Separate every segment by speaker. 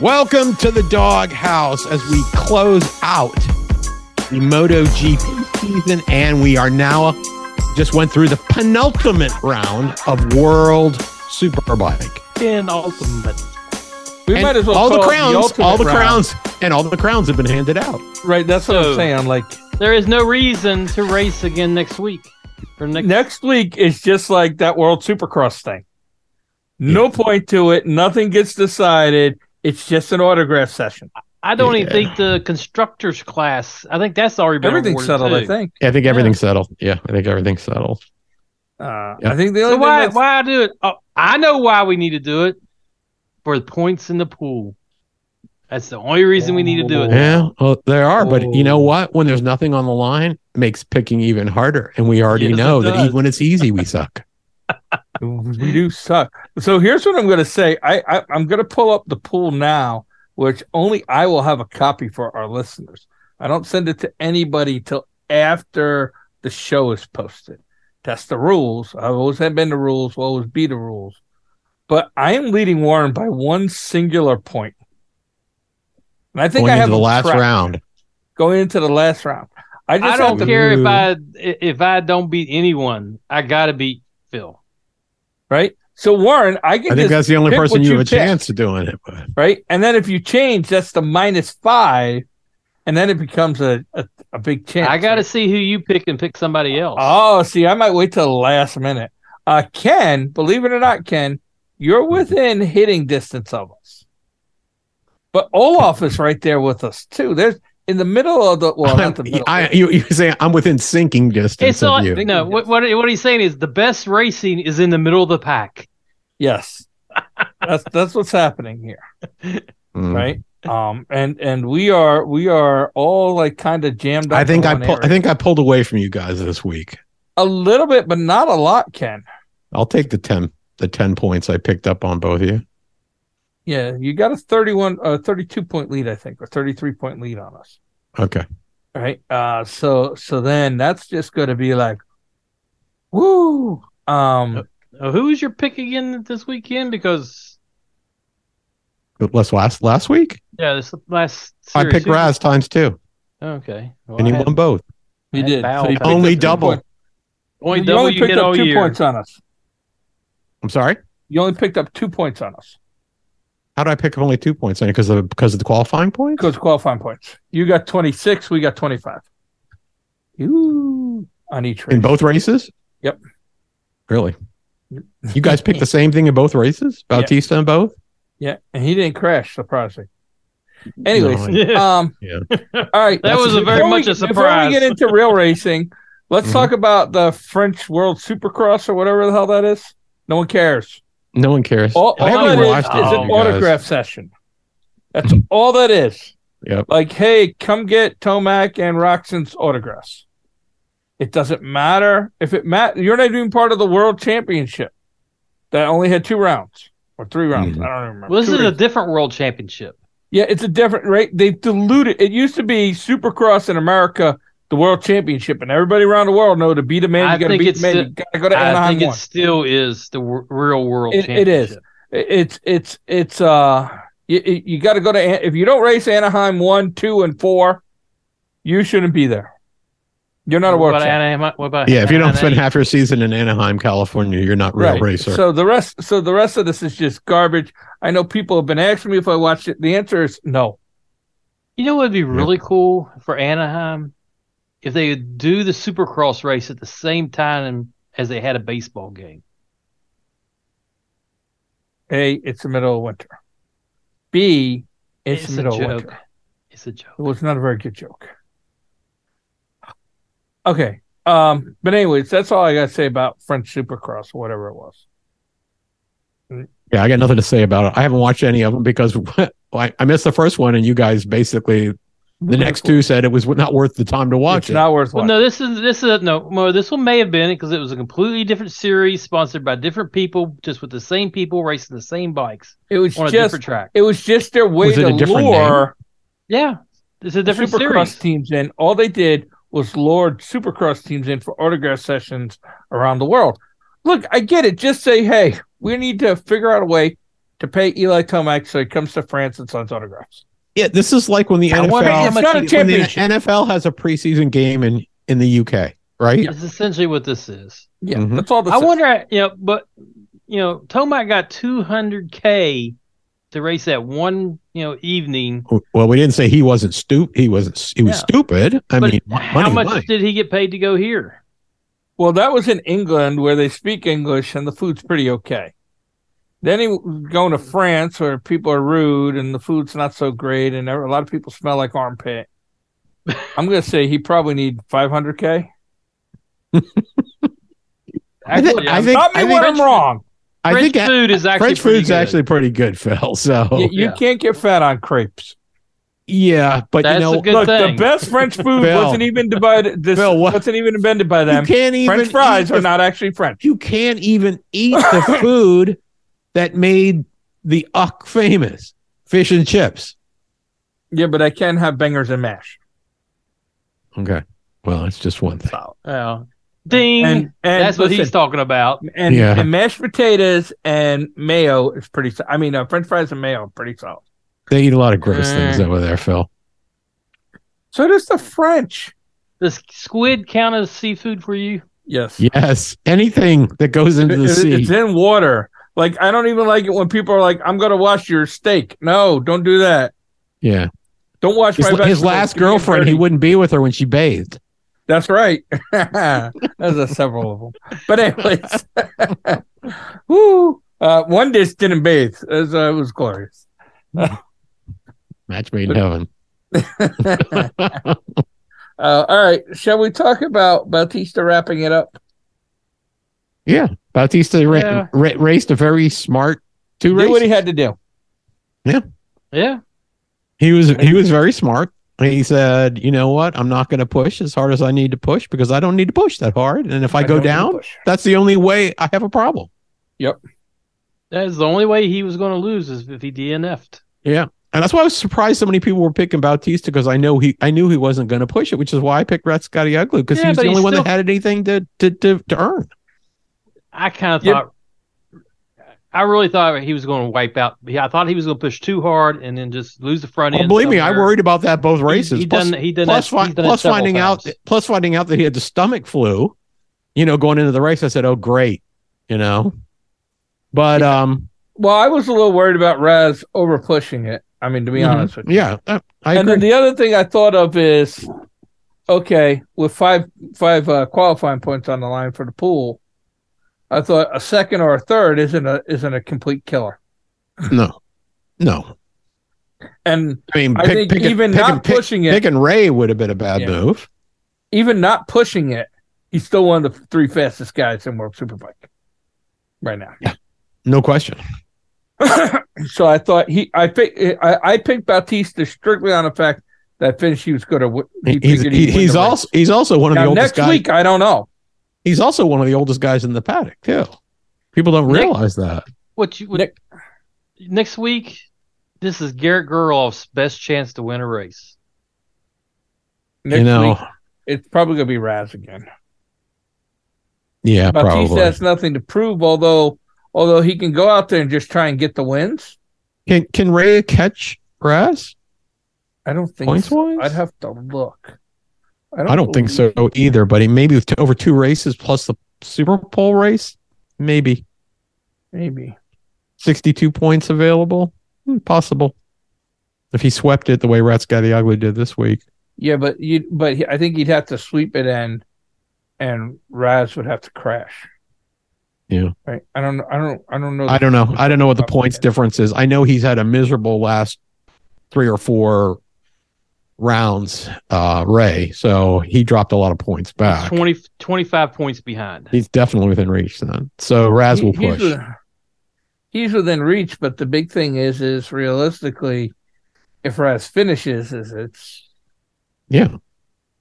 Speaker 1: Welcome to the doghouse as we close out the MotoGP season, and we are now just went through the penultimate round of World Superbike.
Speaker 2: In ultimate.
Speaker 3: We
Speaker 1: And
Speaker 3: might as well
Speaker 1: all the
Speaker 3: call it
Speaker 1: crowns,
Speaker 3: ultimate
Speaker 1: all the
Speaker 3: round.
Speaker 1: crowns, and all the crowns have been handed out.
Speaker 3: Right, that's what I'm
Speaker 2: So-
Speaker 3: saying. Like
Speaker 2: There is no reason to race again next week. Or next
Speaker 3: next week is just like that World Supercross thing. No point to it. Nothing gets decided. It's just an autograph session.
Speaker 2: I don't even
Speaker 1: Yeah.
Speaker 2: think the constructors class. I think that's already been
Speaker 3: Everything's
Speaker 2: awarded,
Speaker 3: settled,
Speaker 2: too.
Speaker 3: I think.
Speaker 1: I think everything's settled. Yeah, I think everything's settled.
Speaker 3: Uh,
Speaker 1: Yeah.
Speaker 3: I think the only
Speaker 2: So
Speaker 3: thing
Speaker 2: why
Speaker 3: that's-
Speaker 2: why do it? Oh, I know why we need to do it for the points in the pool. That's the only reason we need to do it.
Speaker 1: Yeah, well, there are, but you know
Speaker 3: Oh.
Speaker 1: what? When there's nothing on the line, it makes picking even harder, and we already
Speaker 3: Yes, it
Speaker 1: know that
Speaker 3: does.
Speaker 1: even when it's easy, we suck.
Speaker 3: we do suck. So here's what I'm going to say. I, I I'm going to pull up the pool now, which only I will have a copy for our listeners. I don't send it to anybody till after the show is posted. That's the rules. I've always have been the rules. Will always be the rules. But I am leading Warren by one singular point. And I think
Speaker 1: Going
Speaker 3: I have
Speaker 1: into the
Speaker 3: him
Speaker 1: last
Speaker 3: trapped.
Speaker 1: round.
Speaker 3: Going into the last round. I just
Speaker 2: I
Speaker 3: have
Speaker 2: don't
Speaker 3: to-
Speaker 2: care if I if I don't beat anyone. I gotta beat Phil.
Speaker 3: right. So Warren, I can
Speaker 1: I
Speaker 3: just
Speaker 1: think that's the only
Speaker 3: pick
Speaker 1: person
Speaker 3: what
Speaker 1: you
Speaker 3: you
Speaker 1: have a
Speaker 3: pick.
Speaker 1: chance of doing it. With.
Speaker 3: right? And then if you change, that's the minus five, and then it becomes a, a, a big chance.
Speaker 2: I gotta see who you pick and pick somebody else.
Speaker 3: Oh, see, I might wait till the last minute. Uh, Ken, believe it or not, Ken, you're within hitting distance of us, but Olaf is right there with us too. There's in the middle of the well, not the
Speaker 1: I'm-
Speaker 3: middle.
Speaker 1: I, you, you say I'm within sinking distance
Speaker 2: it's all,
Speaker 1: of you.
Speaker 2: no. What, what what he's saying is the best racing is in the middle of the pack.
Speaker 3: yes, that's that's what's happening here.
Speaker 1: Mm.
Speaker 3: right? Um, and and we are we are all like kind of jammed. Up
Speaker 1: I think
Speaker 3: in
Speaker 1: I
Speaker 3: one
Speaker 1: pull, I
Speaker 3: area.
Speaker 1: think I pulled away from you guys this week.
Speaker 3: a little bit, but not a lot, Ken.
Speaker 1: I'll take the ten the ten points I picked up on both of you.
Speaker 3: Yeah, you got a 31 uh 32 point lead, I think, or 33 point lead on us.
Speaker 1: Okay.
Speaker 3: Right? Uh so so then that's just going to be like woo. Um
Speaker 2: Uh, who was your pick again this weekend? Because
Speaker 1: But Last last last week
Speaker 2: yeah, this last
Speaker 1: I
Speaker 2: series,
Speaker 1: picked
Speaker 2: who-
Speaker 1: Raz times two,
Speaker 2: Okay, Well,
Speaker 1: and
Speaker 2: I
Speaker 1: he
Speaker 2: had-
Speaker 1: won both.
Speaker 3: you did.
Speaker 2: Foul.
Speaker 3: So you picked
Speaker 1: Only
Speaker 3: up two
Speaker 1: double.
Speaker 3: points.
Speaker 2: only
Speaker 3: you
Speaker 2: double
Speaker 3: only
Speaker 2: you
Speaker 3: picked
Speaker 2: get
Speaker 3: up
Speaker 2: all
Speaker 3: two
Speaker 2: year.
Speaker 3: points on us.
Speaker 1: I'm sorry.
Speaker 3: You only picked up two points on us
Speaker 1: How did I pick up only two points? Because of because of the qualifying points.
Speaker 3: because qualifying points. You got 26, we got 25. Ooh, on each race.
Speaker 1: In both races?
Speaker 3: Yep.
Speaker 1: Really? You guys picked the same thing in both races?
Speaker 3: Yeah.
Speaker 1: Bautista in both?
Speaker 3: Yeah, and he didn't crash, surprisingly. Anyways,
Speaker 1: No,
Speaker 2: Yeah.
Speaker 3: Um,
Speaker 1: Yeah.
Speaker 3: All right.
Speaker 2: That was a very
Speaker 3: Before
Speaker 2: much a
Speaker 3: Before
Speaker 2: surprise.
Speaker 3: we get into real racing, let's
Speaker 1: Mhm.
Speaker 3: talk about the French World Supercross or whatever the hell that is. No one cares.
Speaker 1: No one cares.
Speaker 3: All,
Speaker 1: I
Speaker 3: all
Speaker 1: haven't
Speaker 3: that
Speaker 1: even
Speaker 3: is,
Speaker 1: watched it.
Speaker 3: is an
Speaker 2: Oh,
Speaker 1: you guys. Mm-hmm.
Speaker 3: autograph session. That's all that is.
Speaker 1: Yep.
Speaker 3: Like, hey, come get Tomac and Roxon's autographs. It doesn't matter if it matters. You're not even part of the World Championship that only had two rounds or three rounds.
Speaker 1: Mhm.
Speaker 3: I don't even remember.
Speaker 2: Well, this
Speaker 3: Two
Speaker 2: is
Speaker 3: rounds.
Speaker 2: a different world championship.
Speaker 3: Yeah, it's a different right. They've diluted. It used to be Supercross in America, the World Championship, and everybody around the world know to beat a man.
Speaker 2: I
Speaker 3: You got to
Speaker 2: think
Speaker 3: beat
Speaker 2: it's
Speaker 3: a man.
Speaker 2: the-
Speaker 3: You got to go to
Speaker 2: I
Speaker 3: Anaheim
Speaker 2: think it
Speaker 3: one.
Speaker 2: still is the w- real world
Speaker 3: It- it
Speaker 2: championship.
Speaker 3: is. It's it's it's uh, you, you got to go to An- if you don't race Anaheim one, two, and four, you shouldn't be there. You're not a
Speaker 2: what
Speaker 3: world
Speaker 2: about
Speaker 3: champion,
Speaker 2: Anaheim? What about
Speaker 1: Yeah, if you don't spend
Speaker 2: Anaheim?
Speaker 1: half your season in Anaheim, California, you're not real racer.
Speaker 3: So the rest, so the rest of this is just garbage. I know people have been asking me if I watched it. The answer is no.
Speaker 2: you know what would be really cool for Anaheim if they do the Supercross race at the same time as they had a baseball game.
Speaker 3: A, it's the middle of winter. B, it's, the
Speaker 2: a
Speaker 3: middle of
Speaker 2: joke.
Speaker 3: winter.
Speaker 2: It's a joke.
Speaker 3: It was not a very good joke. Okay. Um, but anyways, that's all I gotta say about French Supercross or whatever it was.
Speaker 1: Yeah, I got nothing to say about it. I haven't watched any of them because I, I missed the first one, and you guys basically the next two said it was not worth the time to watch
Speaker 3: it's
Speaker 1: it.
Speaker 3: not worth
Speaker 2: Well,
Speaker 3: watching.
Speaker 2: no, this is this is no more. This one may have been because it was a completely different series, sponsored by different people, just with the same people racing the same bikes
Speaker 3: it was
Speaker 2: on a
Speaker 3: just
Speaker 2: different track.
Speaker 3: it was just their way
Speaker 1: Was it
Speaker 3: to
Speaker 1: a different
Speaker 3: lure
Speaker 2: Yeah, it's a different
Speaker 3: Supercross
Speaker 2: series.
Speaker 3: teams in. All they did was lure Supercross teams in for autograph sessions around the world. Look, I get it. Just say, hey, we need to figure out a way to pay Eli Tomac so he comes to France and signs autographs.
Speaker 1: Yeah, this is like when the
Speaker 2: I
Speaker 1: NFL
Speaker 2: wonder how
Speaker 3: It's
Speaker 2: much
Speaker 3: not a
Speaker 2: he-
Speaker 1: when the
Speaker 3: championship.
Speaker 1: NFL has a preseason game in in the UK, right?
Speaker 2: That's essentially what this is.
Speaker 3: Yeah,
Speaker 1: Mhm.
Speaker 3: that's all. This
Speaker 2: I
Speaker 3: is.
Speaker 2: wonder, you know, but you know, Tomac got 200k to race that one, you know, evening.
Speaker 1: Well, we didn't say he wasn't stupid. He wasn't. He was
Speaker 2: Yeah.
Speaker 1: stupid. I
Speaker 2: but
Speaker 1: mean, mo-
Speaker 2: how
Speaker 1: money,
Speaker 2: much
Speaker 1: money.
Speaker 2: did he get paid to go here?
Speaker 3: Well, that was in England where they speak English and the food's pretty okay. Then he was going to France where people are rude and the food's not so great and a lot of people smell like armpit. I'm going to say he probably need 500k.
Speaker 1: I think-
Speaker 2: Actually,
Speaker 1: I
Speaker 2: I'm-
Speaker 1: think-
Speaker 3: Stop me
Speaker 1: I
Speaker 3: when
Speaker 2: think-
Speaker 3: I'm wrong.
Speaker 1: I
Speaker 2: French
Speaker 1: think a-
Speaker 2: food is actually
Speaker 1: French
Speaker 2: pretty
Speaker 1: food's
Speaker 2: good.
Speaker 1: actually pretty good, Phil. So
Speaker 3: you you
Speaker 2: yeah.
Speaker 3: can't get fat on crepes.
Speaker 1: yeah, but
Speaker 2: That's
Speaker 1: you know,
Speaker 2: a good
Speaker 3: Look,
Speaker 2: thing.
Speaker 3: the best French food
Speaker 1: Bill.
Speaker 3: wasn't even divided. This
Speaker 1: Bill, what-
Speaker 3: wasn't even invented by
Speaker 1: you
Speaker 3: them.
Speaker 1: can't even
Speaker 3: French fries
Speaker 1: eat
Speaker 3: are
Speaker 1: the-
Speaker 3: not actually French.
Speaker 1: You can't even eat the food that made the Uck famous: fish and chips.
Speaker 3: Yeah, but I can have bangers and mash.
Speaker 1: Okay, well, it's just one thing.
Speaker 2: Yeah. Ding.
Speaker 3: And, and
Speaker 2: That's what he's
Speaker 3: listen,
Speaker 2: talking about.
Speaker 3: and,
Speaker 1: Yeah.
Speaker 3: and mashed potatoes and mayo is pretty. so- I mean, uh, French fries and mayo are pretty solid.
Speaker 1: They eat a lot of gross
Speaker 2: Mm.
Speaker 1: things over there, Phil.
Speaker 3: So does the French.
Speaker 2: Does squid count as seafood for you?
Speaker 3: Yes,
Speaker 1: Yes, anything that goes into
Speaker 3: It-
Speaker 1: the
Speaker 3: it-
Speaker 1: sea.
Speaker 3: it's in water. Like I don't even like it when people are like, "I'm gonna wash your steak." No, don't do that.
Speaker 1: yeah,
Speaker 3: Don't wash
Speaker 1: his,
Speaker 3: my.
Speaker 1: his
Speaker 3: vegetables.
Speaker 1: last
Speaker 3: Give me a
Speaker 1: girlfriend, he
Speaker 3: dirty-
Speaker 1: wouldn't be with her when she bathed.
Speaker 3: That's right. There's a several of them. But anyways, woo. Uh, one dish didn't bathe. It was, uh, it was glorious.
Speaker 1: Match made in
Speaker 3: But-
Speaker 1: heaven.
Speaker 3: uh, all right, shall we talk about Bautista wrapping it up?
Speaker 1: Yeah, Bautista ra-
Speaker 2: Yeah.
Speaker 1: ra- raced a very smart two
Speaker 3: Do
Speaker 1: races.
Speaker 3: what he
Speaker 1: He,
Speaker 3: had to do.
Speaker 2: Yeah.
Speaker 1: was he was very smart. He said, "You know what? I'm not going to push as hard as I need to push because I don't need to push that hard. And if I, go
Speaker 3: don't need to
Speaker 1: down,
Speaker 3: push.
Speaker 1: that's the only way I have a problem."
Speaker 2: That's the only way he was going to lose is if he DNF'd.
Speaker 1: Yeah, and that's why I was surprised so many people were picking Bautista because I know he I knew he wasn't going to push it, which is why I picked Rat Scottioglu because
Speaker 2: Yeah,
Speaker 1: he was
Speaker 2: but
Speaker 1: the
Speaker 2: he
Speaker 1: only one that
Speaker 2: still-
Speaker 1: had anything to to to, to earn.
Speaker 2: I kind of
Speaker 3: Yep.
Speaker 2: thought. I really thought he was going to wipe out. I thought he was going to push too hard and then just lose the front
Speaker 1: Well,
Speaker 2: end.
Speaker 1: Oh, believe me, I
Speaker 2: somewhere.
Speaker 1: worried about that both races.
Speaker 2: He, he
Speaker 1: Plus-
Speaker 2: done. He done.
Speaker 1: plus,
Speaker 2: that,
Speaker 1: fi-
Speaker 2: he's done that
Speaker 1: plus
Speaker 2: several
Speaker 1: finding out
Speaker 2: times.
Speaker 1: plus finding out that he had the stomach flu you know going into the race i said oh great you know but um
Speaker 3: Well, I was a little worried about Raz over pushing it. I mean, to be
Speaker 1: Mhm.
Speaker 3: honest with you.
Speaker 1: yeah uh, i
Speaker 3: and
Speaker 1: agree
Speaker 3: then the other thing I thought of is, okay, with five five uh, qualifying points on the line for the pool, I thought a second or a third isn't a isn't a complete killer.
Speaker 1: no no
Speaker 3: And
Speaker 1: i mean
Speaker 3: I
Speaker 1: pick,
Speaker 3: think
Speaker 1: pick
Speaker 3: even
Speaker 1: pick
Speaker 3: not
Speaker 1: pick,
Speaker 3: pushing it,
Speaker 1: picking ray would have been a bad
Speaker 3: Yeah.
Speaker 1: move
Speaker 3: even not pushing it, he's still one of the three fastest guys in World Superbike right now.
Speaker 1: no question
Speaker 3: so I thought he, I pick, I, I picked Bautista strictly on the fact that Finch he was going to.
Speaker 1: He- he's, he- he's also he's also one of
Speaker 3: now,
Speaker 1: the oldest
Speaker 3: next
Speaker 1: guys
Speaker 3: week. I don't know.
Speaker 1: he's also one of the oldest guys in the paddock too people don't
Speaker 2: Nick-
Speaker 1: realize that
Speaker 2: What you what,
Speaker 3: Nick-
Speaker 2: next week? This is Garrett Gurloff's best chance to win a race.
Speaker 3: Next
Speaker 1: you know
Speaker 3: week it's probably going to be Raz again.
Speaker 1: yeah
Speaker 3: Bautista
Speaker 1: probably
Speaker 3: has nothing to prove, although although he can go out there and just try and get the wins.
Speaker 1: can can ray catch Raz?
Speaker 3: I don't think
Speaker 1: Points
Speaker 3: so.
Speaker 1: wise?
Speaker 3: I'd have to look.
Speaker 1: I don't think so
Speaker 3: believe-
Speaker 1: either, but it maybe with t- over two races plus the Super Bowl race, maybe
Speaker 3: Maybe
Speaker 1: 62 points available. Hmm, Possible. If he swept it the way Rats Got the Ugly did this week.
Speaker 3: yeah, but you but he, I think he'd have to sweep it and and Raz would have to crash.
Speaker 1: Yeah.
Speaker 3: Right. I don't. I don't. I don't know.
Speaker 1: I don't know. I don't know what the points difference is. I know he's had a miserable last three or four rounds, uh, Ray, so he dropped a lot of points
Speaker 2: He's
Speaker 1: back.
Speaker 2: 20, 25 points behind.
Speaker 1: He's definitely within reach then. So Raz
Speaker 3: He-
Speaker 1: will
Speaker 3: he's
Speaker 1: push.
Speaker 3: with- He's within reach, but the big thing is, is realistically, if Raz finishes, is it's
Speaker 1: yeah,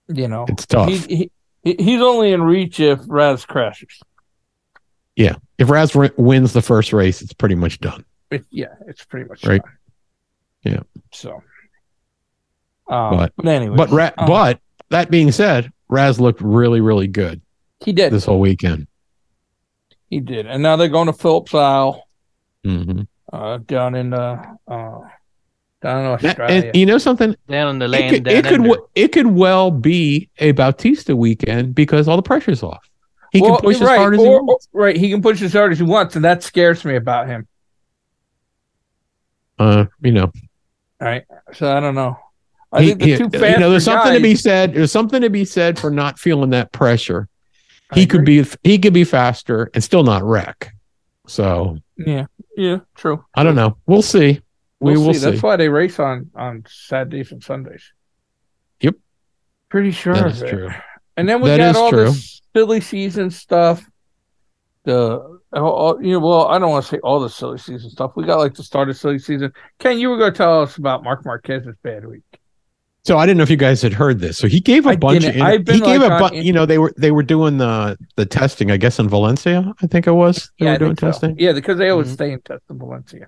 Speaker 3: you know
Speaker 1: it's tough.
Speaker 3: he, he he- he's only in reach if Raz crashes.
Speaker 1: if Raz ri- wins the first race, it's pretty much done.
Speaker 3: It, yeah, it's pretty much
Speaker 1: Right.
Speaker 3: done.
Speaker 1: Yeah.
Speaker 3: So, um,
Speaker 1: But-
Speaker 3: but, anyway,
Speaker 1: But Ra-
Speaker 3: um,
Speaker 1: but that being said, Raz looked really really good
Speaker 3: he did,
Speaker 1: this whole weekend.
Speaker 3: he did, and now they're going to Phillips Isle.
Speaker 1: hmm
Speaker 3: uh, down in uh, uh, down in
Speaker 1: That-
Speaker 3: Australia.
Speaker 1: and you know something?
Speaker 2: down in the
Speaker 1: It
Speaker 2: land.
Speaker 1: could,
Speaker 2: down
Speaker 1: it could
Speaker 2: under.
Speaker 1: w- it could well be a Bautista weekend because all the pressure's off. He
Speaker 3: Well,
Speaker 1: can push
Speaker 3: right,
Speaker 1: as hard as he
Speaker 3: or- or-
Speaker 1: wants.
Speaker 3: Right, he can push as hard as he wants, and that scares me about him.
Speaker 1: Uh, you know,
Speaker 3: So I don't know. I
Speaker 1: he-
Speaker 3: think the
Speaker 1: he-
Speaker 3: two
Speaker 1: you know, there's
Speaker 3: faster
Speaker 1: something to
Speaker 3: guys-
Speaker 1: be said. There's something to be said for not feeling that pressure.
Speaker 3: I
Speaker 1: He could
Speaker 3: agree.
Speaker 1: be he could be faster and still not wreck. So
Speaker 3: Yeah, yeah, true.
Speaker 1: I don't know. We'll see. We
Speaker 3: We'll
Speaker 1: will
Speaker 3: see.
Speaker 1: see.
Speaker 3: That's why they race on on Saturdays and Sundays.
Speaker 1: Yep.
Speaker 3: Pretty sure.
Speaker 1: That
Speaker 3: of
Speaker 1: is
Speaker 3: it.
Speaker 1: true.
Speaker 3: And then we
Speaker 1: That
Speaker 3: got
Speaker 1: is
Speaker 3: all
Speaker 1: true.
Speaker 3: this silly season stuff. The all, all- you know, well, I don't want to say all the silly season stuff. We got like the start of silly season. Ken, you were going to tell us about Mark Marquez's bad week.
Speaker 1: So I didn't know if you guys had heard this. So he gave a
Speaker 3: I
Speaker 1: bunch of
Speaker 3: didn't. I've been,
Speaker 1: he gave
Speaker 3: like,
Speaker 1: a
Speaker 3: on
Speaker 1: bunch.
Speaker 3: in-
Speaker 1: You know they were they were doing the the testing. I guess in Valencia, I think it was they
Speaker 3: I
Speaker 1: were doing
Speaker 3: think so.
Speaker 1: testing. Mm-hmm.
Speaker 3: Yeah, because they always
Speaker 2: Mhm.
Speaker 3: stay in test in Valencia.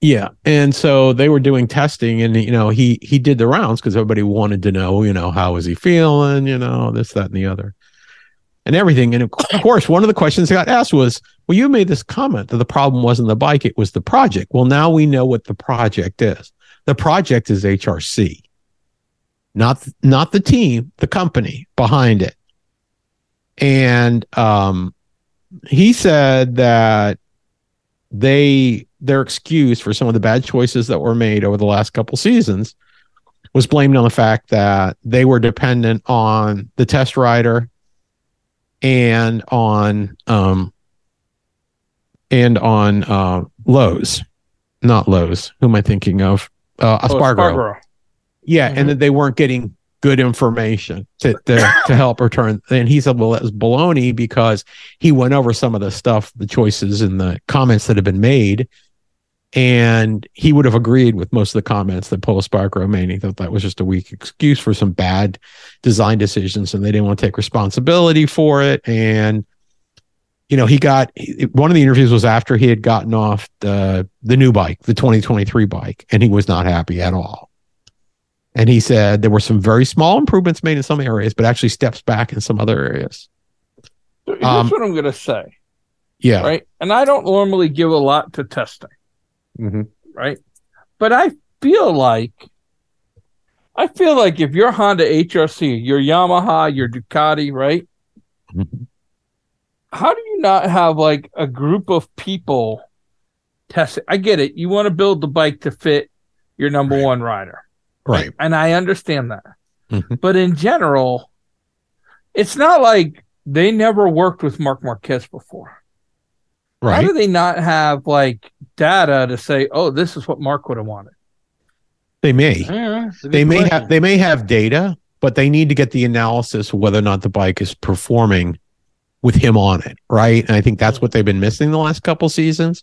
Speaker 1: Yeah, and so they were doing testing, and you know he he did the rounds because everybody wanted to know, you know, how is he feeling, you know, this, that, and the other, and everything. And of cou- of course, one of the questions that got asked was, "Well, you made this comment that the problem wasn't the bike; it was the project." Well, now we know what the project is. The project is HRC, not not the team, the company behind it. And um, he said that they their excuse for some of the bad choices that were made over the last couple seasons was blamed on the fact that they were dependent on the test rider and on um and on uh Lowe's, not Lowe's. Who am I thinking of? Uh,
Speaker 3: Oh,
Speaker 1: Aspargo. Yeah,
Speaker 3: Mhm.
Speaker 1: and that they weren't getting good information to, to to help return. And he said, "Well, that was baloney because he went over some of the stuff, the choices, and the comments that had been made, and he would have agreed with most of the comments that Paul Sparkrow made. He thought that was just a weak excuse for some bad design decisions, and they didn't want to take responsibility for it. And you know, he got he- one of the interviews was after he had gotten off the the new bike, the 2023 bike, and he was not happy at all." And he said there were some very small improvements made in some areas, but actually steps back in some other areas.
Speaker 3: So here's
Speaker 1: Um,
Speaker 3: what I'm going to say,
Speaker 1: Yeah.
Speaker 3: right? And I don't normally give a lot to testing.
Speaker 1: Mm-hmm.
Speaker 3: right? But I feel like I feel like if your Honda HRC, your Yamaha, your Ducati, right?
Speaker 1: Mm-hmm.
Speaker 3: How do you not have like a group of people test it? I get it. You want to build the bike to fit your number
Speaker 1: Right.
Speaker 3: one rider.
Speaker 1: Right.
Speaker 3: And I understand that.
Speaker 1: Mhm.
Speaker 3: But in general, it's not like they never worked with Mark Marquez before. How
Speaker 1: Right.
Speaker 3: do they not have like data to say, oh, this is what Mark would have wanted?
Speaker 1: They may.
Speaker 2: Yeah, that's a good
Speaker 1: They may
Speaker 2: question.
Speaker 1: have. They may have data, but they need to get the analysis whether or not the bike is performing with him on it. Right. And I think that's what they've been missing the last couple seasons.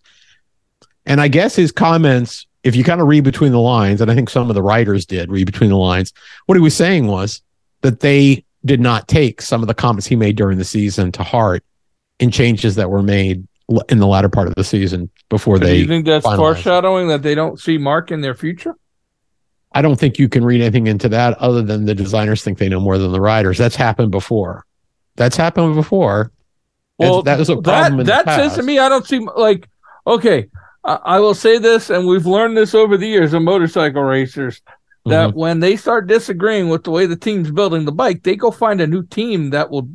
Speaker 1: And I guess his comments, if you kind of read between the lines, and I think some of the writers did read between the lines, what he was saying was that they did not take some of the comments he made during the season to heart and changes that were made l- in the latter part of the season before
Speaker 3: So do
Speaker 1: they
Speaker 3: you think that's
Speaker 1: finalize it.
Speaker 3: foreshadowing that they don't see Mark in their future?
Speaker 1: I don't think you can read anything into that other than the designers think they know more than the riders. That's happened before. That's happened before. And
Speaker 3: Well,
Speaker 1: that was a problem. in the
Speaker 3: that says to
Speaker 1: past.
Speaker 3: me, I don't see like okay. I, I will say this, and we've learned this over the years of motorcycle racers that
Speaker 1: Mhm.
Speaker 3: when they start disagreeing with the way the team's building the bike, they go find a new team that will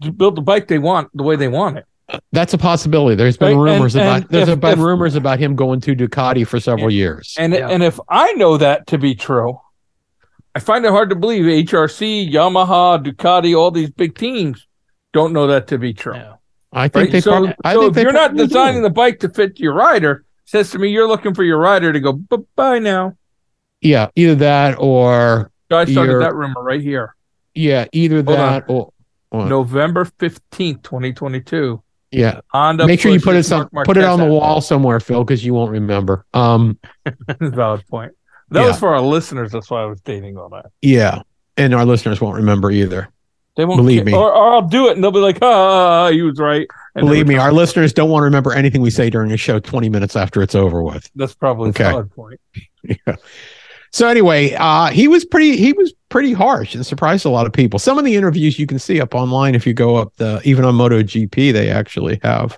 Speaker 3: d- build the bike they want the way they want it.
Speaker 1: that's a possibility. There's been
Speaker 3: Right, and-
Speaker 1: rumors about
Speaker 3: and
Speaker 1: there's
Speaker 3: if-
Speaker 1: been
Speaker 3: if-
Speaker 1: rumors about him going to Ducati for several years.
Speaker 3: And
Speaker 2: Yeah.
Speaker 3: and if I know that to be true, I find it hard to believe HRC, Yamaha, Ducati, all these big teams don't know that to be true.
Speaker 2: Yeah.
Speaker 1: I think
Speaker 3: Right?
Speaker 1: they.
Speaker 3: so,
Speaker 1: probably, I
Speaker 3: so
Speaker 1: think
Speaker 3: if
Speaker 1: they
Speaker 3: you're not
Speaker 1: probably do.
Speaker 3: designing the bike to fit your rider, says to me you're looking for your rider to go bye bye now.
Speaker 1: yeah, either that or
Speaker 3: So I started
Speaker 1: You're-
Speaker 3: that rumor right here.
Speaker 1: yeah, either
Speaker 3: on.
Speaker 1: that or, or-
Speaker 3: November fifteenth, twenty twenty two.
Speaker 1: yeah.
Speaker 3: Honda
Speaker 1: Make sure you put it
Speaker 3: pushes
Speaker 1: some,
Speaker 3: Mark
Speaker 1: put it
Speaker 3: Marquez
Speaker 1: on the
Speaker 3: out.
Speaker 1: wall somewhere, Phil, because you won't remember. Um,
Speaker 3: Valid point. That
Speaker 1: Yeah.
Speaker 3: was for our listeners. That's why I was dating all that.
Speaker 1: yeah, and our listeners won't remember either.
Speaker 3: They won't
Speaker 1: Believe
Speaker 3: ca-
Speaker 1: me.
Speaker 3: Or, or I'll do it and they'll be like, ah, he was right. And
Speaker 1: Believe
Speaker 3: they
Speaker 1: me,
Speaker 3: were-
Speaker 1: our listeners don't want to remember anything we say during a show 20 minutes after it's over with.
Speaker 3: that's probably a
Speaker 1: Okay.
Speaker 3: valid point.
Speaker 1: So anyway, uh, he was pretty he was pretty harsh and surprised a lot of people. Some of the interviews you can see up online if you go up the even on MotoGP, they actually have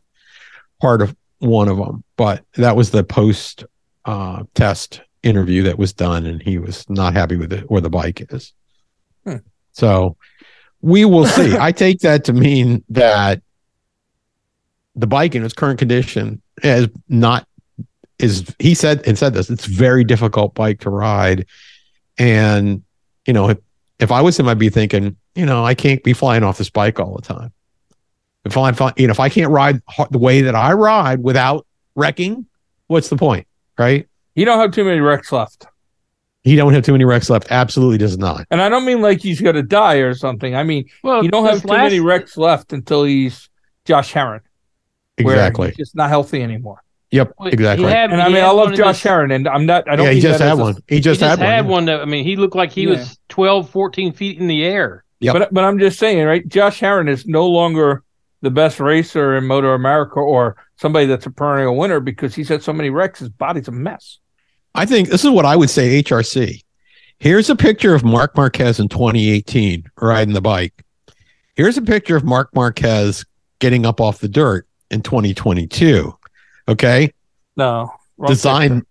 Speaker 1: part of one of them, but that was the post uh, test interview that was done, and he was not happy with it where the bike is.
Speaker 3: Hmm.
Speaker 1: So we will see. I take that to mean that the bike in its current condition is not is he said and said this it's very difficult bike to ride and you know if, if i was him i'd be thinking you know i can't be flying off this bike all the time if i'm fi- you know if i can't ride ho- the way that i ride without wrecking what's the point right
Speaker 3: He don't have too many wrecks left.
Speaker 1: he don't have too many wrecks left absolutely does not
Speaker 3: And I don't mean like he's going to die or something. I mean,
Speaker 2: Well,
Speaker 3: he don't have
Speaker 2: Oh, this
Speaker 3: too
Speaker 2: last-
Speaker 3: many wrecks left until he's Josh Heron. where
Speaker 1: exactly
Speaker 3: He's just not healthy anymore.
Speaker 1: yep
Speaker 2: he
Speaker 1: exactly
Speaker 2: had-
Speaker 3: And I
Speaker 2: he
Speaker 3: mean,
Speaker 2: had
Speaker 3: I
Speaker 2: one
Speaker 3: love
Speaker 2: of
Speaker 3: Josh
Speaker 2: those-
Speaker 3: Heron, and I'm not. I don't.
Speaker 1: yeah he
Speaker 3: mean
Speaker 1: just
Speaker 3: that
Speaker 1: had
Speaker 3: as a-
Speaker 1: one he
Speaker 2: He
Speaker 1: just, had, one
Speaker 2: that I mean, he looked like he
Speaker 3: Yeah.
Speaker 2: was 12, 14 feet in the air.
Speaker 1: Yep.
Speaker 3: But but I'm just saying, right? Josh Heron is no longer the best racer in Motor America or somebody that's a perennial winner because he's had so many wrecks. His body's a mess.
Speaker 1: I think this is what I would say HRC. Here's a picture of Mark Marquez in 2018 riding the bike. Here's a picture of Mark Marquez getting up off the dirt in 2022. Okay.
Speaker 3: No wrong
Speaker 1: Design.
Speaker 3: picture.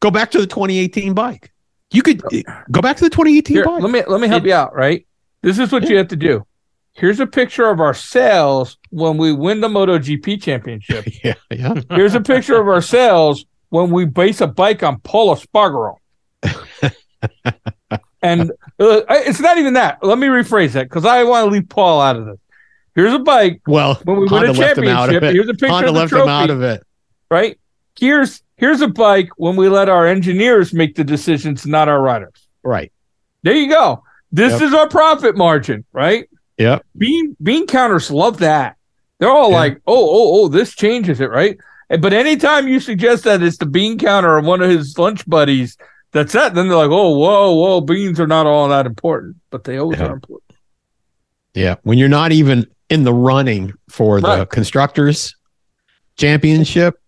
Speaker 1: Go back to the 2018 bike. You could go back to the 2018
Speaker 3: Here,
Speaker 1: bike.
Speaker 3: let me let me help
Speaker 2: It-
Speaker 3: you out. Right, this is what you have to do. Here's a picture of our sales when we win the MotoGP championship.
Speaker 1: yeah. Yeah.
Speaker 3: Here's a picture of ourselves when we base a bike on Paul Espargaro. and uh, I- it's not even that. Let me rephrase that because I want to leave Paul out of this. Here's a bike
Speaker 1: Well,
Speaker 3: when we
Speaker 1: Honda
Speaker 3: win a
Speaker 1: left him out of
Speaker 3: championship.
Speaker 1: it.
Speaker 3: Here's a picture
Speaker 1: Honda
Speaker 3: of the
Speaker 1: left
Speaker 3: trophy,
Speaker 1: him out of it.
Speaker 3: right? Here's here's a bike when we let our engineers make the decisions, not our riders.
Speaker 1: Right.
Speaker 3: There you go. This
Speaker 1: Yep.
Speaker 3: is our profit margin, right?
Speaker 1: Yep.
Speaker 3: Bean bean counters love that. They're all
Speaker 1: Yeah.
Speaker 3: like, oh, oh, oh, this changes it, right? And- But anytime you suggest that it's the bean counter or one of his lunch buddies, that's that. Then they're like, oh, whoa, whoa, beans are not all that important, but they always
Speaker 1: Yeah.
Speaker 3: are important.
Speaker 1: Yeah. When you're not even in the running for the
Speaker 3: Right.
Speaker 1: constructors championship.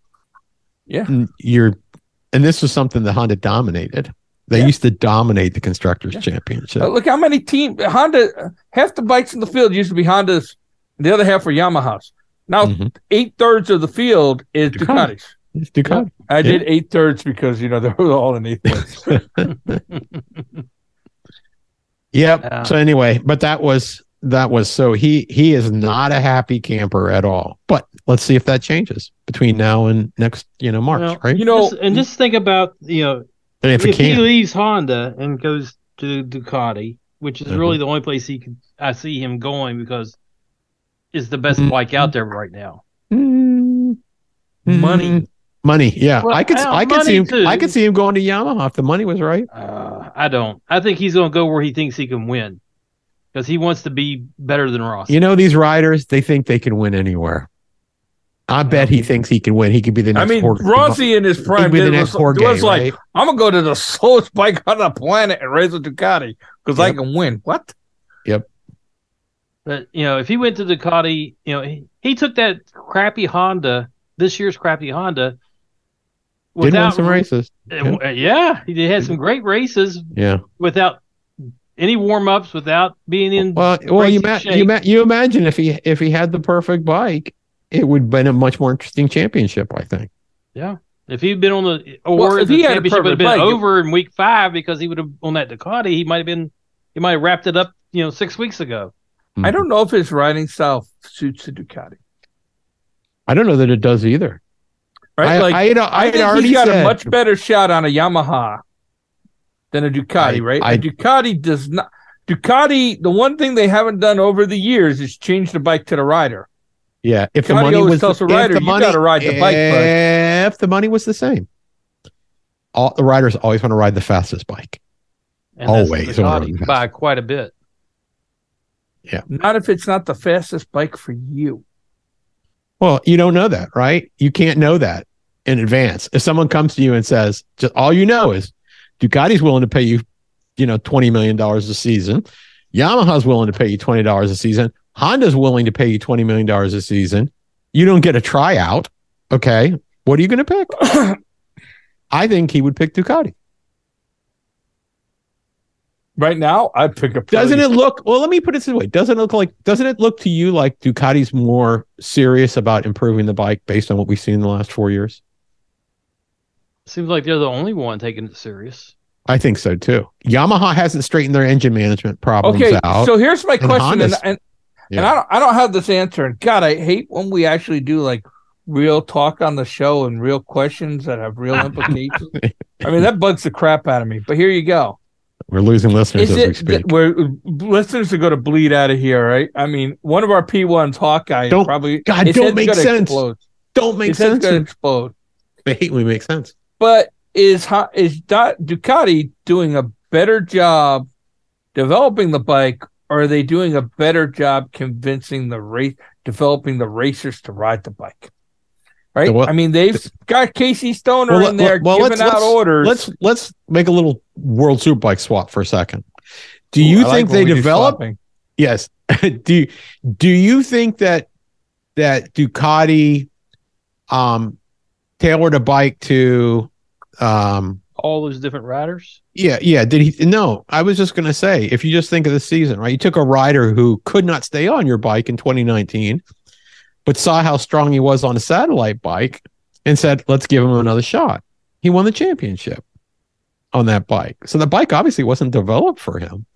Speaker 3: Yeah.
Speaker 1: n- You're and this was something that Honda dominated. They
Speaker 3: Yeah.
Speaker 1: used to dominate the constructors
Speaker 3: Yeah.
Speaker 1: championship.
Speaker 3: Uh, Look how many team Honda half the bikes in the field used to be Hondas, the other half were Yamahas. Now
Speaker 1: Mhm.
Speaker 3: eight thirds of the field is
Speaker 1: Ducati.
Speaker 3: Ducatis.
Speaker 1: It's Ducati.
Speaker 3: I did eight thirds because you know they were all in eighth place.
Speaker 1: Yep.
Speaker 2: Yeah.
Speaker 1: So anyway, but that was that was so he he is not a happy camper at all. But let's see if that changes between now and next, you know, March,
Speaker 2: Well,
Speaker 1: right?
Speaker 3: you know,
Speaker 2: Just- and just think about, you know,
Speaker 1: and if,
Speaker 2: if
Speaker 1: it can.
Speaker 2: he leaves Honda and goes to Ducati, which is
Speaker 1: Mhm.
Speaker 2: really the only place he could I see him going because it's the best
Speaker 1: Mhm.
Speaker 2: bike out there right now.
Speaker 1: Mm.
Speaker 3: Money.
Speaker 1: Mm. Money, yeah.
Speaker 2: Mm-hmm. Well,
Speaker 1: I could,
Speaker 2: hell,
Speaker 1: I could see him.
Speaker 2: money,
Speaker 1: I
Speaker 2: too.
Speaker 1: could see him going to Yamaha if the money was right.
Speaker 2: Uh, I don't. I think he's going to go where he thinks he can win because he wants to be better than Ross.
Speaker 1: You know, these riders, they think they can win anywhere. I bet he thinks he can win. He could be the
Speaker 3: I
Speaker 1: next.
Speaker 3: mean,
Speaker 1: Jorge-
Speaker 3: Rossi in his
Speaker 1: he could
Speaker 3: prime
Speaker 1: be the
Speaker 3: did
Speaker 1: next
Speaker 3: was,
Speaker 1: Jorge,
Speaker 3: was like,
Speaker 1: right?
Speaker 3: I'm gonna go to the slowest bike on the planet and race a Ducati because I
Speaker 1: Yep.
Speaker 3: can win. What?
Speaker 2: But you know, if he went to Ducati, you know, he, he took that crappy Honda, this year's crappy Honda.
Speaker 1: Did win some races.
Speaker 2: uh, yeah, he had some great races
Speaker 1: Yeah.
Speaker 2: without any warm ups, without being in.
Speaker 1: Well, well, you
Speaker 2: racing
Speaker 1: ma- you
Speaker 2: shape.
Speaker 1: ma- you imagine if he if he had the perfect bike, it would have been a much more interesting championship. I think.
Speaker 2: If he'd been on the or
Speaker 3: Well, if
Speaker 2: the
Speaker 3: he had a
Speaker 2: championship would
Speaker 3: perfect
Speaker 2: have been
Speaker 3: bike, it-
Speaker 2: over in week five because he would have on that Ducati, he might have been he might have wrapped it up, you know, six weeks ago.
Speaker 3: I
Speaker 1: Mm-hmm.
Speaker 3: don't know if his riding style suits the Ducati.
Speaker 1: I don't know that it does either.
Speaker 3: Right?
Speaker 1: I,
Speaker 3: like
Speaker 1: I, had, I
Speaker 3: I
Speaker 1: had
Speaker 3: think
Speaker 1: already
Speaker 3: he's got
Speaker 1: said-
Speaker 3: a much better shot on a Yamaha than a Ducati,
Speaker 1: I-
Speaker 3: right? A
Speaker 1: I-
Speaker 3: Ducati does not. Ducati, the one thing they haven't done over the years is change the bike to the rider.
Speaker 1: yeah. If the
Speaker 3: Ducati
Speaker 1: money
Speaker 3: always
Speaker 1: was
Speaker 3: tells the
Speaker 1: if
Speaker 3: rider, "You gotta ride the bike, bud."
Speaker 1: If the money was the same, all the riders always want to ride the fastest bike.
Speaker 2: And that's the
Speaker 1: Always on the
Speaker 2: Ducati
Speaker 1: road.
Speaker 2: by quite a bit.
Speaker 3: Not if it's not the fastest bike for you.
Speaker 1: Well, you don't know that, right? You can't know that in advance. If someone comes to you and says, just all you know is Ducati's willing to pay you, you know, $20 million a season. Yamaha's willing to pay you $20 a season. Honda's willing to pay you $20 million a season. You don't get a tryout. Okay. What are you going to pick? I think he would pick Ducati.
Speaker 3: right now, I'd pick up.
Speaker 1: Doesn't it look well? Let me put it this way: Doesn't it look like? Doesn't it look to you like Ducati's more serious about improving the bike based on what we've seen in the last four years?
Speaker 2: Seems like they're the only one taking it serious.
Speaker 1: I think so too. Yamaha hasn't straightened their engine management problems
Speaker 3: Okay,
Speaker 1: out.
Speaker 3: so here's my question, and,
Speaker 1: Honda's-
Speaker 3: and, and
Speaker 1: Yeah.
Speaker 3: I don't I don't have this answer. And God, I hate when we actually do like real talk on the show and real questions that have real implications. I mean, that bugs the crap out of me. But here you go.
Speaker 1: We're losing listeners as
Speaker 3: Is
Speaker 1: we
Speaker 3: it
Speaker 1: speak.
Speaker 3: that we're listeners are going to bleed out of here, right? I mean, one of our P1s, Hawkeye,
Speaker 1: Don't-
Speaker 3: probably
Speaker 1: God,
Speaker 3: his
Speaker 1: don't
Speaker 3: head's
Speaker 1: make
Speaker 3: gonna
Speaker 1: sense.
Speaker 3: Explode.
Speaker 1: Don't make
Speaker 3: His head's
Speaker 1: sense.
Speaker 3: going to explode.
Speaker 1: They hate when we make sense.
Speaker 3: But is Ha- is Da- Ducati doing a better job developing the bike, or are they doing a better job convincing the race, developing the racers to ride the bike? Right.
Speaker 1: Well,
Speaker 3: I mean, they've got Casey Stoner
Speaker 1: Well,
Speaker 3: in
Speaker 1: let-
Speaker 3: there
Speaker 1: well,
Speaker 3: giving
Speaker 1: let's-
Speaker 3: out
Speaker 1: let's-
Speaker 3: orders.
Speaker 1: Let's let's make a little World Superbike swap for a second. Do
Speaker 3: Ooh,
Speaker 1: you
Speaker 3: I like
Speaker 1: think
Speaker 3: when
Speaker 1: they
Speaker 3: we do
Speaker 1: develop?
Speaker 3: swapping.
Speaker 1: Yes. do do you think that that Ducati um tailored a bike to um
Speaker 2: All those different riders.
Speaker 1: yeah, yeah. Did he? No, I was just going to say, if you just think of the season, right? You took a rider who could not stay on your bike in 2019, but saw how strong he was on a satellite bike and said, let's give him another shot. He won the championship on that bike. So the bike obviously wasn't developed for him.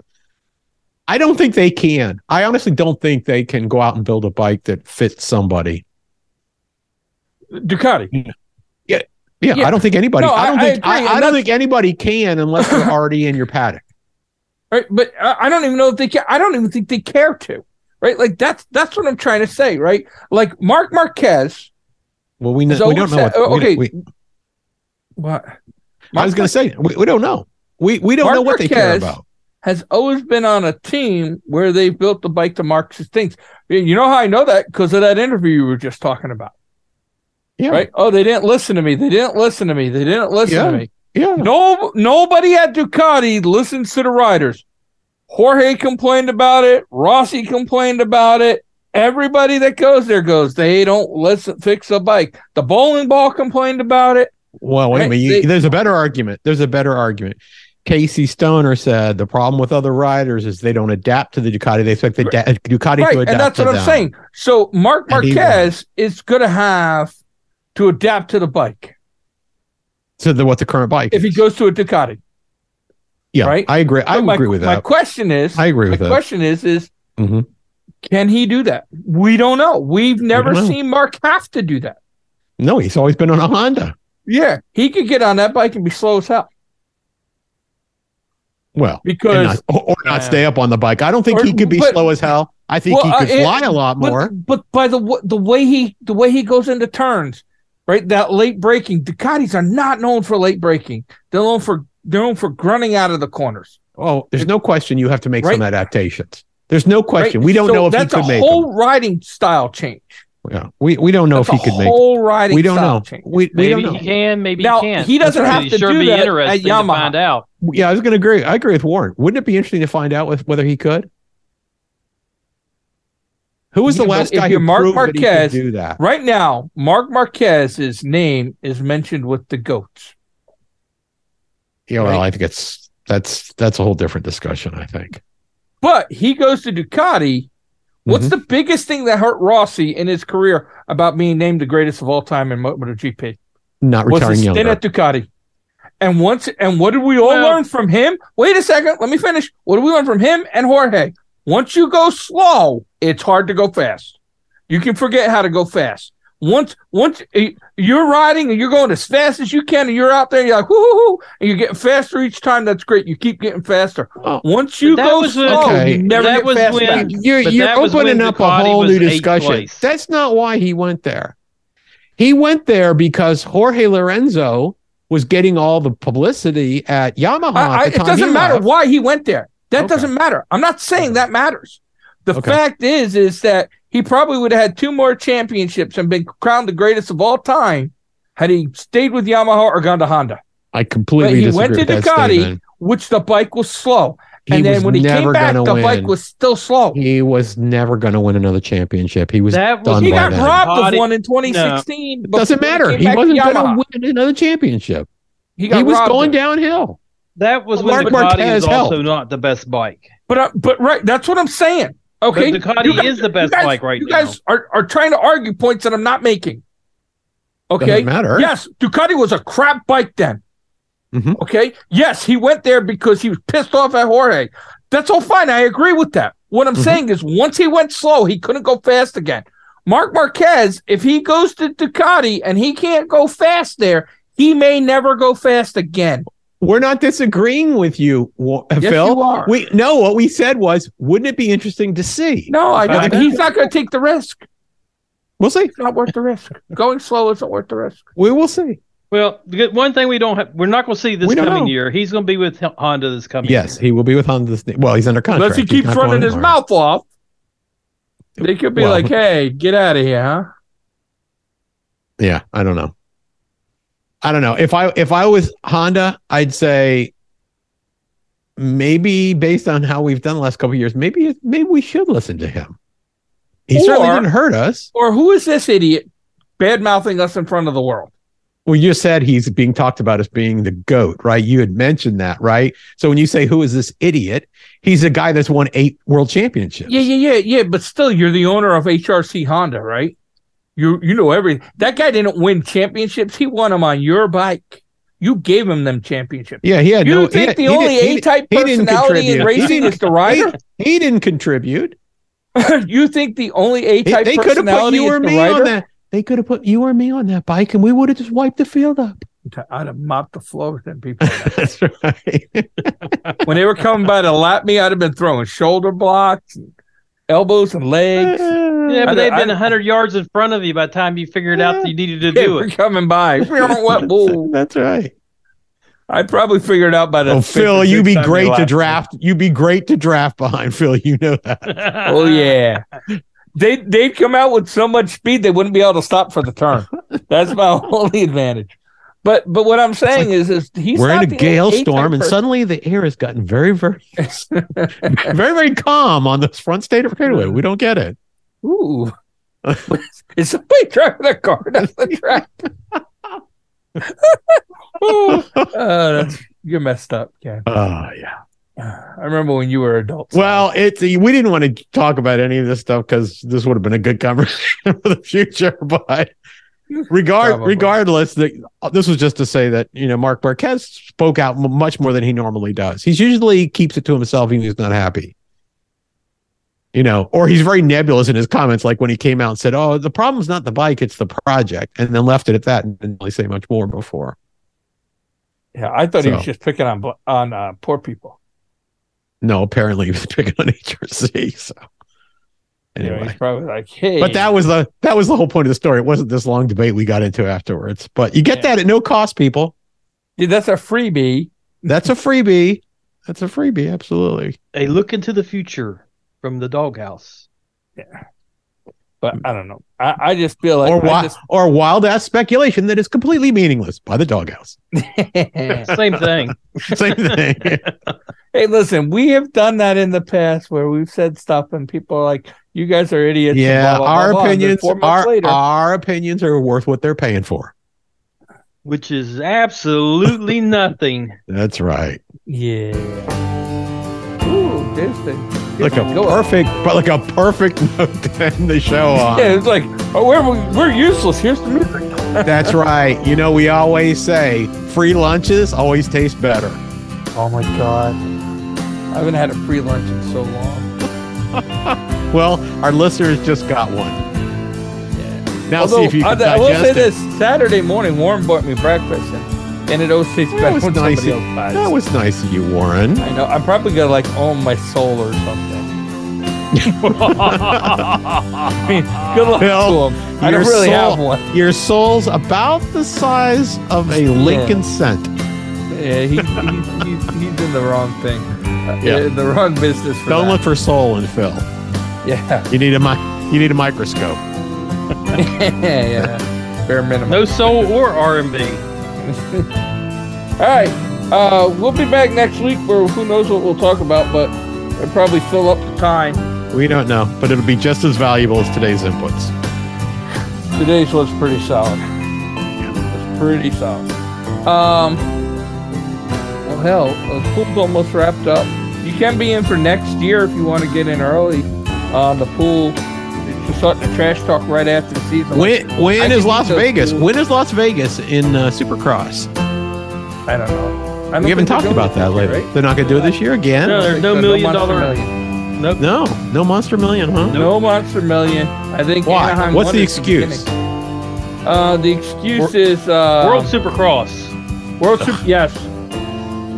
Speaker 1: I don't think they can. I honestly don't think they can go out and build a bike that fits somebody.
Speaker 3: Ducati.
Speaker 1: Yeah,
Speaker 3: Yeah.
Speaker 1: I don't think anybody.
Speaker 3: No,
Speaker 1: I don't
Speaker 3: I- I
Speaker 1: think. I,
Speaker 3: agree,
Speaker 1: I don't
Speaker 3: and that's-
Speaker 1: think anybody can unless they're already in your paddock.
Speaker 3: right? But I, I don't even know if they care. I don't even think they care to, right? Like that's that's what I'm trying to say, right? Like Mark Marquez.
Speaker 1: Well, we, know,
Speaker 3: So
Speaker 1: we don't know.
Speaker 3: what's
Speaker 1: What,
Speaker 3: that- oh,
Speaker 1: we don't-
Speaker 3: okay.
Speaker 1: we-
Speaker 3: What?
Speaker 1: I was going to say we, we don't know. We we don't
Speaker 3: Mark
Speaker 1: know what they care
Speaker 3: Marquez-
Speaker 1: about.
Speaker 3: has always been on a team where they built the bike to Marxist things. You know how I know that? Because of that interview you were just talking about,
Speaker 1: Yeah,
Speaker 3: right? Oh, they didn't listen to me. They didn't listen to me. They didn't listen
Speaker 1: Yeah.
Speaker 3: to me.
Speaker 1: yeah.
Speaker 3: No, nobody at Ducati listens to the riders. Jorge complained about it. Rossi complained about it. Everybody that goes there goes, they don't listen, fix the bike. The bowling ball complained about it.
Speaker 1: Well, wait a
Speaker 3: Right,
Speaker 1: minute. You-
Speaker 3: they-
Speaker 1: there's a better argument. There's a better argument. Casey Stoner said the problem with other riders is they don't adapt to the Ducati. They expect the da- Ducati to
Speaker 3: right,
Speaker 1: adapt.
Speaker 3: and that's
Speaker 1: to
Speaker 3: what I'm
Speaker 1: them.
Speaker 3: saying. So Mark
Speaker 1: And he won.
Speaker 3: Marquez is going to have to adapt to the bike
Speaker 1: So the, what the current bike?
Speaker 3: if he
Speaker 1: is.
Speaker 3: goes to a Ducati.
Speaker 1: yeah,
Speaker 3: right?
Speaker 1: I agree. I
Speaker 3: So my,
Speaker 1: agree with
Speaker 3: My
Speaker 1: that.
Speaker 3: question is,
Speaker 1: I agree
Speaker 3: my
Speaker 1: with that.
Speaker 3: question is, is
Speaker 1: Mhm.
Speaker 3: can he do that? We don't know. We've never
Speaker 1: know.
Speaker 3: seen Mark have to do that.
Speaker 1: No, he's always been on a Honda.
Speaker 3: Yeah, he could get on that bike and be slow as hell
Speaker 1: Well, and
Speaker 3: because
Speaker 1: not, or, or not
Speaker 2: Yeah.
Speaker 1: stay up on the bike. I don't think
Speaker 3: Or-
Speaker 1: he could be
Speaker 3: but-
Speaker 1: slow as hell. I think
Speaker 3: Well,
Speaker 1: he
Speaker 3: uh,
Speaker 1: could
Speaker 3: it-
Speaker 1: fly a lot more.
Speaker 3: But, but by the wa- the way he the way he goes into turns, right? That late breaking. Ducatis are not known for late breaking. They're known for they're known for grunting out of the corners.
Speaker 1: Oh, there's no question you have to make
Speaker 3: Right.
Speaker 1: some adaptations. There's no question.
Speaker 3: right?
Speaker 1: We don't
Speaker 3: So
Speaker 1: know if he
Speaker 3: that's
Speaker 1: could
Speaker 3: a
Speaker 1: make
Speaker 3: whole riding style change.
Speaker 1: them. Yeah. We we don't know
Speaker 3: That's
Speaker 1: if
Speaker 3: a
Speaker 1: he could make
Speaker 3: whole riding.
Speaker 1: We don't
Speaker 3: style
Speaker 1: know.
Speaker 3: Change.
Speaker 1: We, we
Speaker 2: Maybe
Speaker 1: don't know.
Speaker 2: he can. Maybe
Speaker 3: Now,
Speaker 2: he can't.
Speaker 3: he doesn't
Speaker 2: That's
Speaker 3: have
Speaker 2: right.
Speaker 3: to
Speaker 2: sure
Speaker 3: do
Speaker 2: be
Speaker 3: that at
Speaker 2: interesting to
Speaker 3: Yamaha.
Speaker 2: find out.
Speaker 1: Yeah, I was going to agree. I agree with Warren. Wouldn't it be interesting to find out with, whether he could? Who was the
Speaker 3: Yeah, but
Speaker 1: last
Speaker 3: if
Speaker 1: guy who
Speaker 3: you're Mark
Speaker 1: proved that he could
Speaker 3: Marquez-
Speaker 1: do that?
Speaker 3: Right now, Mark Marquez's name is mentioned with the goats.
Speaker 1: Yeah, well,
Speaker 3: right.
Speaker 1: I think it's that's that's a whole different discussion. I think.
Speaker 3: But he goes to Ducati. What's
Speaker 1: Mhm.
Speaker 3: the biggest thing that hurt Rossi in his career about being named the greatest of all time in Mo- MotoGP?
Speaker 1: Mm-hmm. not
Speaker 3: Was
Speaker 1: retiring
Speaker 3: his
Speaker 1: younger?
Speaker 3: stint at Ducati. And once, and what did we all
Speaker 2: Well-
Speaker 3: learn from him? Wait a second, let me finish. What did we learn from him and Jorge? Once you go slow, it's hard to go fast. You can forget how to go fast. Once, once eh, you're riding and you're going as fast as you can, and you're out there, and you're like, whoo, whoo, whoo, and you're getting faster each time. That's great. You keep getting faster.
Speaker 1: Oh.
Speaker 3: Once you
Speaker 2: That
Speaker 3: go
Speaker 2: was when-
Speaker 3: slow,
Speaker 1: Okay.
Speaker 3: you never
Speaker 2: that
Speaker 3: get
Speaker 2: was
Speaker 3: fast
Speaker 2: when-
Speaker 3: back.
Speaker 1: you're
Speaker 2: But
Speaker 1: you're
Speaker 2: that was when
Speaker 1: opening up a
Speaker 2: Ducati
Speaker 1: whole
Speaker 2: was
Speaker 1: new
Speaker 2: eighth
Speaker 1: discussion.
Speaker 2: place.
Speaker 1: That's not why he went there. He went there because Jorge Lorenzo was getting all the publicity at Yamaha.
Speaker 3: I, I,
Speaker 1: at the
Speaker 3: it
Speaker 1: Oh, time
Speaker 3: doesn't
Speaker 1: he
Speaker 3: matter
Speaker 1: left.
Speaker 3: why he went there. That
Speaker 1: Okay.
Speaker 3: doesn't matter. I'm not saying
Speaker 1: Okay.
Speaker 3: that matters. The
Speaker 1: Okay.
Speaker 3: fact is, is that he probably would have had two more championships and been crowned the greatest of all time had he stayed with Yamaha or gone to Honda,
Speaker 1: I completely
Speaker 3: But he
Speaker 1: disagree
Speaker 3: went to
Speaker 1: with that
Speaker 3: Ducati.
Speaker 1: statement.
Speaker 3: which the bike was slow.
Speaker 1: He
Speaker 3: and
Speaker 1: was
Speaker 3: then when he
Speaker 1: never
Speaker 3: came back, the
Speaker 1: gonna win.
Speaker 3: bike was still slow. He,
Speaker 1: he was never going to win another championship. He was
Speaker 2: That was
Speaker 1: done by
Speaker 3: got
Speaker 1: then.
Speaker 3: robbed
Speaker 2: Ducati-
Speaker 3: of one in 2016.
Speaker 1: doesn't
Speaker 3: before
Speaker 1: matter.
Speaker 3: came
Speaker 1: He
Speaker 3: back to
Speaker 1: wasn't
Speaker 3: Yamaha.
Speaker 1: going to win another championship.
Speaker 3: He,
Speaker 1: He,
Speaker 3: got
Speaker 1: was
Speaker 3: robbed
Speaker 1: going
Speaker 3: of it.
Speaker 1: downhill.
Speaker 2: that was when
Speaker 1: Mark
Speaker 2: Ducati
Speaker 1: Marquez
Speaker 2: is also
Speaker 1: helped.
Speaker 2: not the best bike.
Speaker 3: But uh, but right, that's what I'm saying. Okay,
Speaker 2: But Ducati
Speaker 3: you guys-
Speaker 2: is the best
Speaker 3: you guys-
Speaker 2: bike right
Speaker 3: You
Speaker 2: now.
Speaker 3: guys are, are trying to argue points that I'm not making. Okay.
Speaker 1: Doesn't matter.
Speaker 3: Yes, Ducati was a crap bike then.
Speaker 1: Mhm.
Speaker 3: Okay. Yes, he went there because he was pissed off at Jorge. That's all fine. I agree with that. What I'm
Speaker 1: Mhm.
Speaker 3: saying is once he went slow, he couldn't go fast again. Mark Marquez, if he goes to Ducati and he can't go fast there, he may never go fast again.
Speaker 1: We're not disagreeing with you, Wa-
Speaker 3: Yes,
Speaker 1: Phil.
Speaker 3: you are.
Speaker 1: We no, what we said was, wouldn't it be interesting to see?
Speaker 3: no, I,
Speaker 2: I
Speaker 3: I he's not going to take the risk.
Speaker 1: We'll see.
Speaker 3: It's not worth the risk. Going slow isn't worth the risk.
Speaker 1: We will see.
Speaker 2: Well, the good- one thing we don't have, we're not going to see this
Speaker 1: We don't
Speaker 2: coming
Speaker 1: know.
Speaker 2: year. He's going to be with Hon- Honda this coming.
Speaker 1: Yes, he will be with Honda. This, well, he's under contract.
Speaker 3: Unless he
Speaker 1: He's
Speaker 3: keeps
Speaker 1: not going
Speaker 3: running his
Speaker 1: anywhere.
Speaker 3: mouth off. They could be
Speaker 1: Well-
Speaker 3: like, hey, get out of here, huh?
Speaker 1: Yeah, I don't know. I don't know. If I if I was Honda, I'd say maybe based on how we've done the last couple of years, maybe maybe we should listen to him. He certainly
Speaker 3: Or-
Speaker 1: didn't hurt us.
Speaker 3: Or who is this idiot bad mouthing us in front of the world?
Speaker 1: Well, you said he's being talked about as being the goat, right? You had mentioned that, right? So when you say who is this idiot, he's a guy that's won eight world championships.
Speaker 3: Yeah, yeah, yeah, yeah. But still, you're the owner of HRC Honda, right? You you know everything. That guy didn't win championships. He won them on your bike. You gave him them championships.
Speaker 1: Yeah, he had
Speaker 3: you
Speaker 1: no. he
Speaker 3: think
Speaker 1: had-
Speaker 3: the
Speaker 1: he didn't-
Speaker 3: only
Speaker 1: he
Speaker 3: A
Speaker 1: didn't-
Speaker 3: type
Speaker 1: he didn't
Speaker 3: personality
Speaker 1: contribute.
Speaker 3: in
Speaker 1: He
Speaker 3: racing
Speaker 1: didn't-
Speaker 3: is the rider?
Speaker 1: He didn't contribute.
Speaker 3: you think the only A
Speaker 1: He-
Speaker 3: type
Speaker 1: they could have put
Speaker 3: personality
Speaker 1: you
Speaker 3: is
Speaker 1: or
Speaker 3: the
Speaker 1: me on
Speaker 3: rider?
Speaker 1: that. They could have put you or me on that bike, and we would have just wiped the field up.
Speaker 3: I'd have mopped the floor with them people.
Speaker 1: That's right.
Speaker 3: when they were coming by to lap me, I'd have been throwing shoulder blocks, and elbows, and legs.
Speaker 1: Eh,
Speaker 2: Yeah,
Speaker 3: I-
Speaker 2: but they've been
Speaker 3: I-
Speaker 2: 100 yards in front of you by the time you figured out that you needed to
Speaker 3: They
Speaker 2: do
Speaker 3: were
Speaker 2: it.
Speaker 3: coming by. Whoa.
Speaker 1: That's right.
Speaker 3: I probably figured out by the.
Speaker 1: Oh, Phil, you be
Speaker 3: time they
Speaker 1: great to
Speaker 3: lapped me.
Speaker 1: draft. You be great to draft behind Phil. You know that.
Speaker 3: Oh yeah, they they'd come out with so much speed they wouldn't be able to stop for the turn. That's my only advantage. But but what I'm saying is is he's
Speaker 1: We're
Speaker 3: not
Speaker 1: in a
Speaker 3: the
Speaker 1: gale
Speaker 3: A-type
Speaker 1: storm, and
Speaker 3: person.
Speaker 1: suddenly the air has gotten very, very, very, very calm on this front state of fairway. We don't get it.
Speaker 3: Ooh. Is somebody driving a car down the track? Ooh. Oh, that's, you're messed up, Ken.
Speaker 1: Oh yeah.
Speaker 3: I remember when you were adults.
Speaker 1: Well, it's we didn't want to talk about any of this stuff because this would have been a good conversation for the future. But regard
Speaker 3: Probably.
Speaker 1: regardless, the, this was just to say that you know Mark Marquez spoke out m- much more than he normally does. He's usually keeps it to himself, even if he's not happy. You know, or he's very nebulous in his comments, like when he came out and said, "Oh, the problem's not the bike; it's the project," and then left it at that and didn't really say much more before.
Speaker 3: yeah, I thought he was
Speaker 1: so.
Speaker 3: just picking on bl- on uh, poor people.
Speaker 1: No, apparently he was picking on HRC. So
Speaker 3: You know,
Speaker 1: anyway.
Speaker 3: he's probably like, hey,
Speaker 1: But that was the that was the whole point of the story. It wasn't this long debate we got into afterwards. But you get
Speaker 3: Yeah.
Speaker 1: that at no cost, people.
Speaker 3: dude, that's a freebie.
Speaker 1: That's a freebie. That's a freebie, absolutely.
Speaker 2: a look into the future from the doghouse.
Speaker 3: But I don't know. I, I just feel like
Speaker 1: or
Speaker 3: I
Speaker 1: wild
Speaker 3: just-
Speaker 1: or wild ass speculation that is completely meaningless by the doghouse.
Speaker 2: Same thing.
Speaker 1: Same thing.
Speaker 3: hey, listen, we have done that in the past where we've said stuff and people are like, "You guys are idiots." and
Speaker 1: yeah,
Speaker 3: blah, blah,
Speaker 1: our
Speaker 3: blah, blah. And then
Speaker 1: opinions
Speaker 3: four months
Speaker 1: our,
Speaker 3: later,
Speaker 1: our opinions are worth what they're paying for.
Speaker 2: which is absolutely nothing.
Speaker 1: That's right.
Speaker 3: yeah. Ooh, this thing.
Speaker 1: Like a
Speaker 3: Go on.
Speaker 1: perfect but like a perfect note to end the show on.
Speaker 3: Yeah, it's like, oh, we're, we're useless. Here's the music.
Speaker 1: That's right. You know, we always say free lunches always taste better.
Speaker 3: Oh my god, I haven't had a free lunch in so long.
Speaker 1: Well, our listeners just got one. Now see if you
Speaker 3: I,
Speaker 1: can
Speaker 3: I will
Speaker 1: digest
Speaker 3: say
Speaker 1: it.
Speaker 3: this: Saturday morning, Warren bought me breakfast, and, and it always tastes
Speaker 1: That
Speaker 3: better
Speaker 1: was
Speaker 3: when
Speaker 1: nice
Speaker 3: somebody
Speaker 1: of-
Speaker 3: else buys.
Speaker 1: That
Speaker 3: it.
Speaker 1: was nice of you, Warren.
Speaker 3: I know. I'm probably gonna like own my soul or something. I mean, good luck
Speaker 1: Well,
Speaker 3: to him. I
Speaker 1: your
Speaker 3: don't really
Speaker 1: soul-
Speaker 3: have one.
Speaker 1: Your soul's about the size of a Lincoln cent.
Speaker 3: Yeah, he, he, he, he's in the wrong thing. Uh,
Speaker 1: Yeah.
Speaker 3: in the wrong business. For
Speaker 1: Don't
Speaker 3: that.
Speaker 1: look for soul in Phil.
Speaker 3: Yeah,
Speaker 1: You need a mi- you need a microscope.
Speaker 3: yeah. Bare minimum.
Speaker 2: No soul or R and B.
Speaker 3: All right. Uh, we'll be back next week where who knows what we'll talk about, but it'll probably fill up the time.
Speaker 1: We don't know, but it'll be just as valuable as today's inputs.
Speaker 3: Today's was pretty solid. It's pretty solid. Um, what hell, the pool's almost wrapped up. You can be in for next year if you want to get in early on the pool. It's starting to trash talk right after the season.
Speaker 1: When
Speaker 3: I
Speaker 1: when
Speaker 3: can
Speaker 1: is Las
Speaker 3: think of
Speaker 1: Vegas?
Speaker 3: two.
Speaker 1: When is Las Vegas in uh, Supercross?
Speaker 3: I don't know. I don't
Speaker 1: We haven't
Speaker 3: think they're
Speaker 1: talked
Speaker 3: doing
Speaker 1: about
Speaker 3: it
Speaker 1: that
Speaker 3: this year,
Speaker 1: lately. They're not going to do it this year again.
Speaker 2: No, there's no
Speaker 3: So
Speaker 2: million
Speaker 3: Monster
Speaker 2: dollar-
Speaker 3: Million.
Speaker 2: Nope.
Speaker 1: No, no Monster Million, huh?
Speaker 3: No monster million. I think.
Speaker 1: Why?
Speaker 3: Anaheim
Speaker 1: What's
Speaker 3: won
Speaker 1: the
Speaker 3: it at beginning.
Speaker 1: excuse?
Speaker 3: Uh, the excuse is uh,
Speaker 2: World Supercross.
Speaker 3: World Super, yes.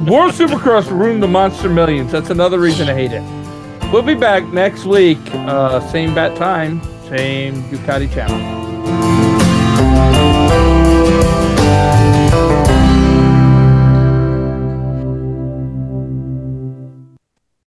Speaker 3: World Supercross ruined the Monster Millions. That's another reason I hate it. We'll be back next week. Uh, same bat time, same Ducati channel.